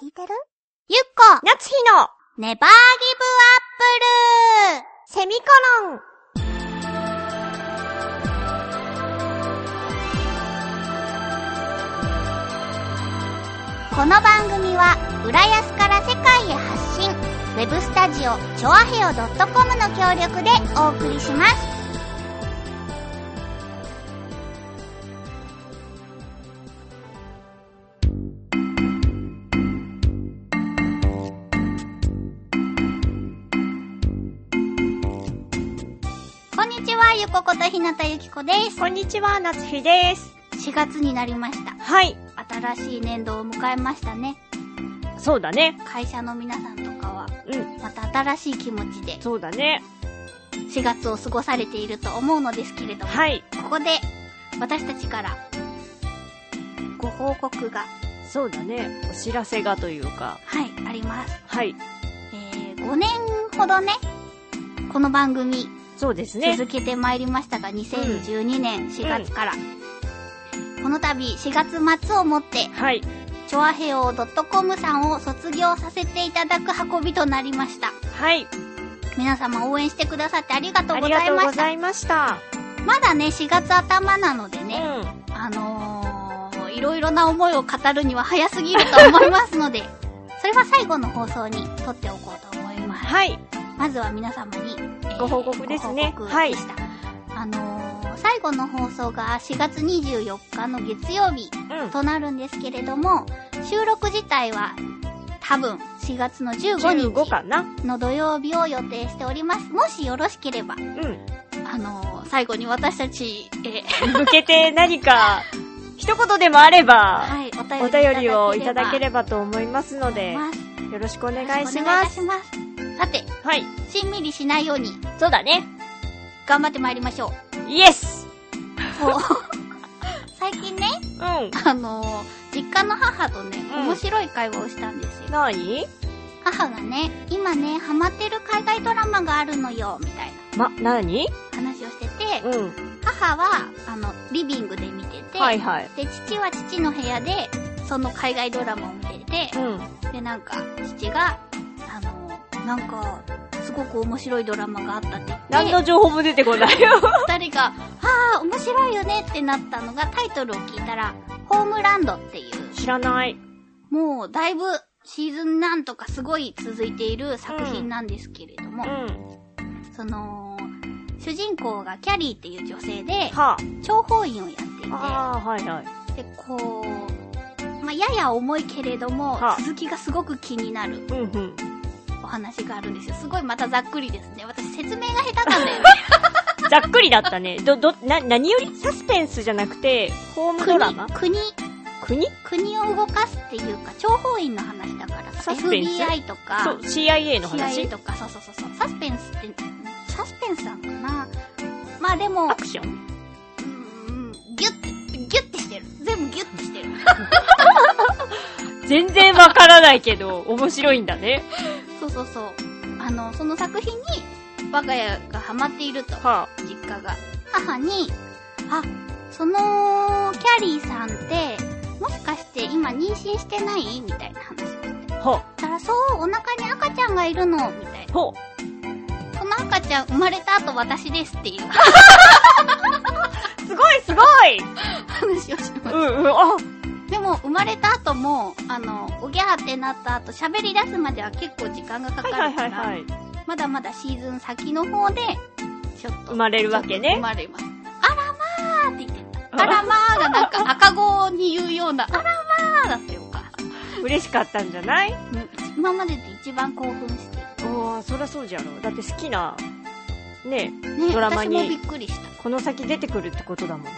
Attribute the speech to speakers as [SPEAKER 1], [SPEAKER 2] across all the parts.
[SPEAKER 1] 聞いてるゆっこ
[SPEAKER 2] 夏日の
[SPEAKER 1] ネバーギブアップル
[SPEAKER 2] セミコロン
[SPEAKER 1] この番組は浦安から世界へ発信ウェブスタジオチョアヘオ .com の協力でお送りしますこんにちはゆこことひなたゆきこです
[SPEAKER 2] こんにちは夏日です
[SPEAKER 1] 4月になりました
[SPEAKER 2] はい
[SPEAKER 1] 新しい年度を迎えましたね
[SPEAKER 2] そうだね
[SPEAKER 1] 会社の皆さんとかは
[SPEAKER 2] うん
[SPEAKER 1] また新しい気持ちで
[SPEAKER 2] そうだね
[SPEAKER 1] 4月を過ごされていると思うのですけれども、
[SPEAKER 2] はい
[SPEAKER 1] ここで私たちからご報告が、
[SPEAKER 2] そうだねお知らせがというか
[SPEAKER 1] はい、あります。
[SPEAKER 2] はい
[SPEAKER 1] えー、5年ほどね、この番組
[SPEAKER 2] そうですね
[SPEAKER 1] 続けてまいりましたが、2012年4月から、この度4月末をもって、
[SPEAKER 2] はい
[SPEAKER 1] チョアヘオ .com さんを卒業させていただく運びとなりました。
[SPEAKER 2] はい
[SPEAKER 1] 皆様応援してくださってありがと
[SPEAKER 2] あ
[SPEAKER 1] うご
[SPEAKER 2] り
[SPEAKER 1] ざ
[SPEAKER 2] が
[SPEAKER 1] い
[SPEAKER 2] とう
[SPEAKER 1] ま
[SPEAKER 2] ご
[SPEAKER 1] した。
[SPEAKER 2] ざいました
[SPEAKER 1] まだね、4月頭なのでね、
[SPEAKER 2] う
[SPEAKER 1] あのー、いろいろな思いを語るには早すぎると思います ので、それは最後の放送に撮っておこうと思い
[SPEAKER 2] ん
[SPEAKER 1] ます。
[SPEAKER 2] はい
[SPEAKER 1] まずは皆様に、えー
[SPEAKER 2] ご報告ですね
[SPEAKER 1] ご報告でした。あのー、最後の放送が4月24日の月曜日
[SPEAKER 2] うん
[SPEAKER 1] となるんですけれども、収録自体は多分4月の15
[SPEAKER 2] 15
[SPEAKER 1] 日
[SPEAKER 2] かな
[SPEAKER 1] の土曜日を予定しております。もしよろしければ、
[SPEAKER 2] うん
[SPEAKER 1] あのー、最後に私たち、えー
[SPEAKER 2] 向けて何か 一言でもあれば
[SPEAKER 1] はい、
[SPEAKER 2] お
[SPEAKER 1] お
[SPEAKER 2] 便
[SPEAKER 1] 便
[SPEAKER 2] り
[SPEAKER 1] り
[SPEAKER 2] を
[SPEAKER 1] を
[SPEAKER 2] い
[SPEAKER 1] い
[SPEAKER 2] た
[SPEAKER 1] た
[SPEAKER 2] だ
[SPEAKER 1] だ
[SPEAKER 2] け
[SPEAKER 1] ければ
[SPEAKER 2] ればと思いますの
[SPEAKER 1] と
[SPEAKER 2] で
[SPEAKER 1] 思います。
[SPEAKER 2] よろしくお
[SPEAKER 1] お
[SPEAKER 2] 願いします
[SPEAKER 1] します。さて、
[SPEAKER 2] はい
[SPEAKER 1] しんみりしないように
[SPEAKER 2] そうだね
[SPEAKER 1] 頑張ってまいりましょう。
[SPEAKER 2] イエス
[SPEAKER 1] そう最近ね、
[SPEAKER 2] うん
[SPEAKER 1] あのー実家の母とね、
[SPEAKER 2] うん
[SPEAKER 1] 面白い会話をしたんですよ。
[SPEAKER 2] 何
[SPEAKER 1] 母がね、今ね、ハマってる海外ドラマがあるのよ、みたいな
[SPEAKER 2] ま、何
[SPEAKER 1] 話をしてて、
[SPEAKER 2] うん。
[SPEAKER 1] 母は、あの、リビングで見てて、
[SPEAKER 2] はいはい。
[SPEAKER 1] で、父は父の部屋で、その海外ドラマを見てて、
[SPEAKER 2] うん。
[SPEAKER 1] で、なんか、父が、あのーなんか、すごく面白いドラマがあったって言って、
[SPEAKER 2] 何の情報も出てこないよ。
[SPEAKER 1] 二人が、ああ、面白いよねってなったのがタイトルを聞いたら、ホームランドっていう、
[SPEAKER 2] 知らない。
[SPEAKER 1] もうだいぶシーズンなんとかすごい続いている作品なんですけれど
[SPEAKER 2] う
[SPEAKER 1] も、
[SPEAKER 2] ん。
[SPEAKER 1] その、主人公がキャリーっていう女性で、
[SPEAKER 2] は
[SPEAKER 1] 諜報員をや
[SPEAKER 2] あ。ああ、はいはい。
[SPEAKER 1] っていて、で、こう、まあ、やや重いけれども
[SPEAKER 2] はあ、
[SPEAKER 1] 続きがすごく気になる
[SPEAKER 2] うんうん。
[SPEAKER 1] お話があるんですよ。すごいまたざっくりですね。私説明が下手 なんだよね。
[SPEAKER 2] ざっくりだったね。ど、ど、な、何よりサスペンスじゃなくて、ホームドラマ
[SPEAKER 1] 国、国
[SPEAKER 2] 国
[SPEAKER 1] 国を動かすっていうか、諜報員の話だからさ、
[SPEAKER 2] サスペンス
[SPEAKER 1] FBI と
[SPEAKER 2] そ
[SPEAKER 1] か
[SPEAKER 2] う、、CIA の
[SPEAKER 1] CIA
[SPEAKER 2] 話
[SPEAKER 1] とか、そうそうそうそう、サスペンスって、サスペンスなのかなまあでも、
[SPEAKER 2] アクション
[SPEAKER 1] うん、ギュッて、ギュッてしてる。全部ギュッてしてる。
[SPEAKER 2] 全然わからないけど、面白いんだね。
[SPEAKER 1] そうそうそう。あの、その作品に、我が家がハマっていると、
[SPEAKER 2] は
[SPEAKER 1] 実家が。母に、あ、その、キャリーさんって、もしかして今妊娠してないみたいな話をして。
[SPEAKER 2] あ。ほ、
[SPEAKER 1] たら、そう、お腹に赤ちゃんがいるの、みたいな。
[SPEAKER 2] ほ。
[SPEAKER 1] この赤ちゃん生まれた後私ですっていう
[SPEAKER 2] すごいすごい
[SPEAKER 1] 話をしま
[SPEAKER 2] う
[SPEAKER 1] す。
[SPEAKER 2] んうん、あ、
[SPEAKER 1] でも生まれた後も、あの、おぎゃーってなった後喋り出すまでは結構時間がか
[SPEAKER 2] はい
[SPEAKER 1] か
[SPEAKER 2] はい
[SPEAKER 1] るか
[SPEAKER 2] はいは
[SPEAKER 1] ら、
[SPEAKER 2] い。
[SPEAKER 1] まだまだシーズン先の方で、ちょっと。
[SPEAKER 2] 生まれるわけ
[SPEAKER 1] 生
[SPEAKER 2] ね。
[SPEAKER 1] まれます。あらまーって言ってた。あらまーがなんか赤子に言うような、あらまーだったよ、お母さん
[SPEAKER 2] 嬉しかったんじゃない
[SPEAKER 1] うん。今までで一番興奮して
[SPEAKER 2] おー、そりゃそうじゃろ。だって好きな、ね
[SPEAKER 1] る。ね、
[SPEAKER 2] ドラマに
[SPEAKER 1] 私もびっくりした。
[SPEAKER 2] この先出てくるってことだもん。
[SPEAKER 1] あ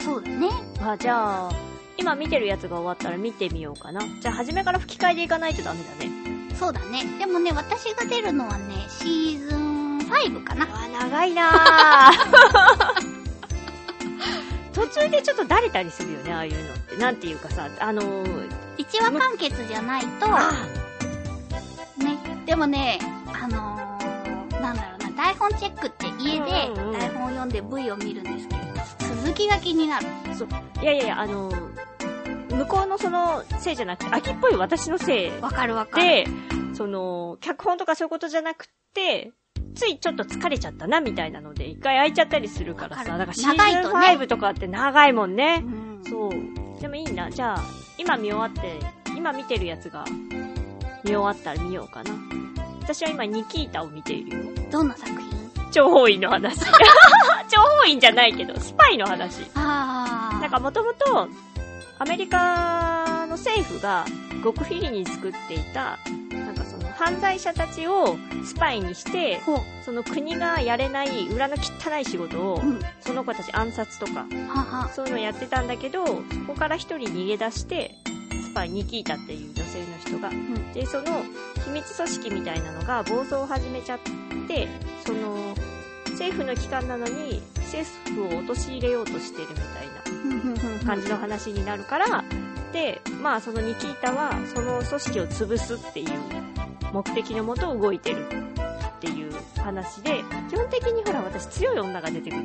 [SPEAKER 1] そうだね。
[SPEAKER 2] あ、じゃあ、今見てるやつが終わったら見てみようかな。じゃあ、初めから吹き替えでいかないとダメだね。
[SPEAKER 1] そうだね。でもね、私が出るのはね、シーズン5かな。
[SPEAKER 2] あ、長いなぁ。 途中でちょっとだれたりするよね、ああいうのって。なんていうかさ、あのー、
[SPEAKER 1] 1話完結じゃないと、ね。でもね、あのー、なんだろうな、台本チェックって家で
[SPEAKER 2] うんうんうん
[SPEAKER 1] 台本を読んで V を見るんですけど、続きが気になる。
[SPEAKER 2] いやいやいや、あのー、向こうのそのせいじゃなくて、秋っぽい私のせい
[SPEAKER 1] わかるわかる。
[SPEAKER 2] で、その、脚本とかそういうことじゃなくて、ついちょっと疲れちゃったなみたいなので、一回空いちゃったりするからさ、
[SPEAKER 1] わかる
[SPEAKER 2] だからシ
[SPEAKER 1] 長い
[SPEAKER 2] ーズン
[SPEAKER 1] とね
[SPEAKER 2] 5とかって長いもんね。
[SPEAKER 1] うん、
[SPEAKER 2] そう。でもいいな。じゃあ、今見終わって、今見てるやつが、見終わったら見ようかな。私は今、ニキータを見ているよ。
[SPEAKER 1] どんな作品
[SPEAKER 2] 情報院 の話。情報院じゃないけど、スパイの話。
[SPEAKER 1] あー。
[SPEAKER 2] なんかもともと、アメリカの政府が極秘裏に作っていた、なんかその犯罪者たちをスパイにして、
[SPEAKER 1] ほう。
[SPEAKER 2] その国がやれない裏の汚い仕事を
[SPEAKER 1] う、ん。
[SPEAKER 2] その子たち暗殺とか、
[SPEAKER 1] はは。
[SPEAKER 2] そういうのやってたんだけど、そこから一人逃げ出して、スパイニキータっていう女性の人が、
[SPEAKER 1] ん
[SPEAKER 2] で、その秘密組織みたいなのが暴走を始めちゃって、その、政府の機関なのに、政府を陥れようとしてるみたいな感じの話になるから、で、まあそのニキータはその組織を潰すっていう目的のもと動いてるっていう話で、基本的にほら私強い女が出てくる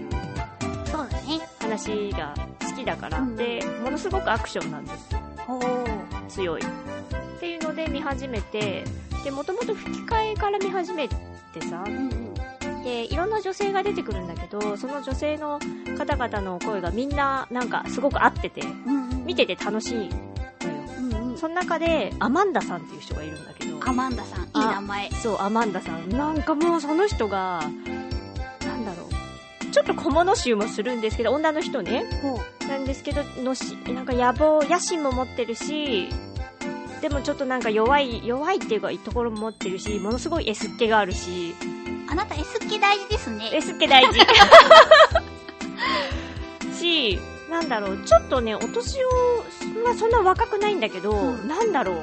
[SPEAKER 1] そうだね。
[SPEAKER 2] 話が好きだから、
[SPEAKER 1] うん
[SPEAKER 2] で、ものすごくアクションなんです。
[SPEAKER 1] ほう。
[SPEAKER 2] 強い。っていうので見始めて、で、もともと吹き替えから見始めてさ、
[SPEAKER 1] うんうん。
[SPEAKER 2] で、いろんな女性が出てくるんだけど、その女性の方々の声がみんななんかすごく合ってて、
[SPEAKER 1] うんうん。
[SPEAKER 2] 見てて楽しいのよ。
[SPEAKER 1] うんうん。
[SPEAKER 2] その中で、アマンダさんっていう人がいるんだけど、
[SPEAKER 1] アマンダさん、いい
[SPEAKER 2] あ
[SPEAKER 1] 名前。
[SPEAKER 2] そう、アマンダさん。なんかもうその人が、なんだろう。ちょっと小物集もするんですけど、女の人ね。
[SPEAKER 1] ほう。
[SPEAKER 2] なんですけど、のし、なんか野望、野心も持ってるし、でもちょっとなんか弱い、弱いっていうか、いいところも持ってるし、ものすごい S っ気があるし、
[SPEAKER 1] あなた S 系大事ですね。
[SPEAKER 2] S っ気大 事。し、なんだろう、ちょっとね、お年を、まあそんな若くないんだけど、
[SPEAKER 1] うん
[SPEAKER 2] なんだろう、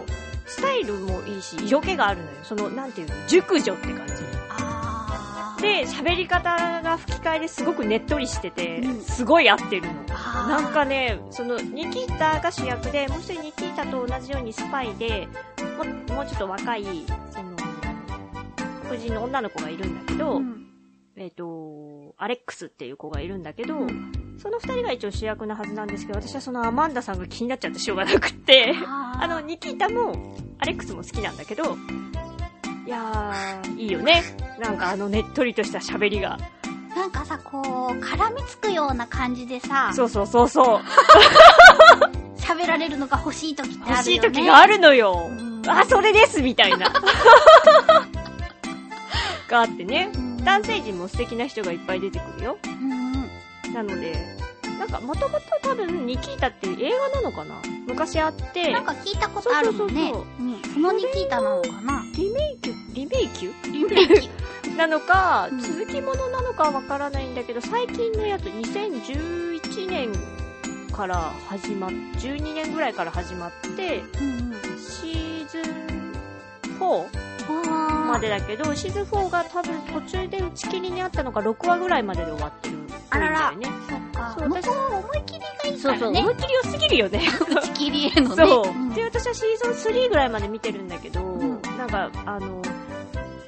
[SPEAKER 2] スタイルもいいし、色気があるのよ。その、なんていうの、熟女って感じ。
[SPEAKER 1] あー。、
[SPEAKER 2] で、喋り方が吹き替えですごくねっとりしてて、
[SPEAKER 1] うん
[SPEAKER 2] すごい合ってるの。
[SPEAKER 1] あー。
[SPEAKER 2] なんかね、その、ニキータが主役で、もう一人ニキータと同じようにスパイで、ももうちょっと若い、その、黒人の女の子がいるんだけど、
[SPEAKER 1] うん
[SPEAKER 2] えっ、と、アレックスっていう子がいるんだけど、
[SPEAKER 1] うん
[SPEAKER 2] その二人が一応主役なはずなんですけど、私はそのアマンダさんが気になっちゃってしょうがなく って、
[SPEAKER 1] あ
[SPEAKER 2] あの、ニキータも、アレックスも好きなんだけど、いやー、いいよね。なんかあのねっとりとした喋りが。
[SPEAKER 1] なんかさ、こう、絡みつくような感じでさ、
[SPEAKER 2] そうそうそうそう。
[SPEAKER 1] 喋られるのが欲しい時ってあるよね。
[SPEAKER 2] 欲しい時があ
[SPEAKER 1] る。
[SPEAKER 2] るのよ。
[SPEAKER 1] うん
[SPEAKER 2] あ、それですみたいな。があってね。男性陣も素敵な人がいっぱい出てくるよ。
[SPEAKER 1] うんうん。
[SPEAKER 2] なので、なんかもともと多分、ニキータっていう映画なのかな昔あって、
[SPEAKER 1] なんか聞いたことあるもんね。
[SPEAKER 2] そうそう
[SPEAKER 1] うんそのニキータなのかな
[SPEAKER 2] リメイク、リメイク
[SPEAKER 1] リメイキ。
[SPEAKER 2] なのか、
[SPEAKER 1] うん
[SPEAKER 2] 続きものなのかわからないんだけど、最近のやつ2011年から始まっ、12年ぐらいから始まって、
[SPEAKER 1] うんうん。
[SPEAKER 2] シーズン 4?
[SPEAKER 1] あー。
[SPEAKER 2] までだけど、シーズン4が多分途中で打ち切りにあったのが6話ぐらいまでで終わってる。
[SPEAKER 1] あらら
[SPEAKER 2] 多いんだよね。
[SPEAKER 1] そっか。
[SPEAKER 2] そう
[SPEAKER 1] 向
[SPEAKER 2] 私
[SPEAKER 1] こうは思い切りがいい
[SPEAKER 2] そ
[SPEAKER 1] か
[SPEAKER 2] うそ
[SPEAKER 1] ら
[SPEAKER 2] う。
[SPEAKER 1] ね
[SPEAKER 2] 思。いっきり良すぎるよね。
[SPEAKER 1] 打ち切りへのね。
[SPEAKER 2] そう。
[SPEAKER 1] ん
[SPEAKER 2] で、私はシーズン3ぐらいまで見てるんだけど、
[SPEAKER 1] ん
[SPEAKER 2] なんか、あの、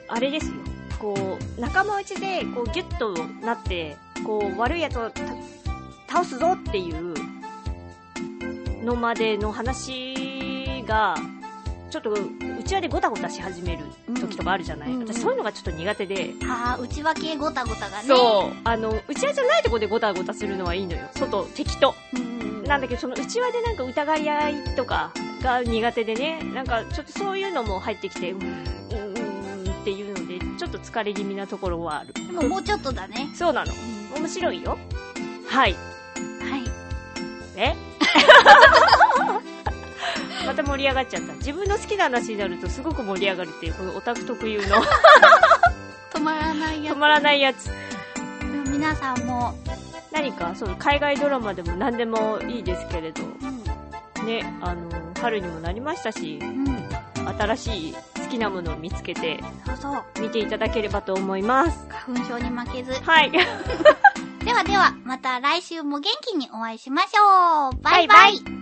[SPEAKER 2] あれですよ。こう、仲間内で、こう、ギュッとなって、こう、悪い奴をた倒すぞっていうのまでの話が、ちょっと、うちわでごたごたし始める時とかあるじゃない、
[SPEAKER 1] うん
[SPEAKER 2] 私そういうのがちょっと苦手で、
[SPEAKER 1] あー、内訳ごたごたがね。
[SPEAKER 2] そう、あの、うちわじゃないとこでごたごたするのはいいのよ。外、敵と。
[SPEAKER 1] うんうんうん。
[SPEAKER 2] なんだけど、その内輪でなんか疑い合いとかが苦手でね、なんかちょっとそういうのも入ってきて、うん、うん、うんっていうので、ちょっと疲れ気味なところはある。
[SPEAKER 1] でももうちょっとだね。
[SPEAKER 2] そうなの。面白いよ。はい。
[SPEAKER 1] はい。
[SPEAKER 2] えまた盛り上がっちゃった。自分の好きな話になるとすごく盛り上がるっていう、このオタク特有 の
[SPEAKER 1] 止まらないや
[SPEAKER 2] 止
[SPEAKER 1] つ。
[SPEAKER 2] まらないやつ。
[SPEAKER 1] 皆さんも、
[SPEAKER 2] 何か、そう、海外ドラマでも何でもいいですけれど、
[SPEAKER 1] うん。
[SPEAKER 2] ね、あの、春にもなりましたし、
[SPEAKER 1] うん。
[SPEAKER 2] 新しい好きなものを見つけて、
[SPEAKER 1] そうそう。
[SPEAKER 2] 見ていただければと思います。
[SPEAKER 1] 花粉症に負けず。
[SPEAKER 2] はい。
[SPEAKER 1] ではでは、また来週も元気にお会いしましょう。バイバイ。
[SPEAKER 2] バイバイ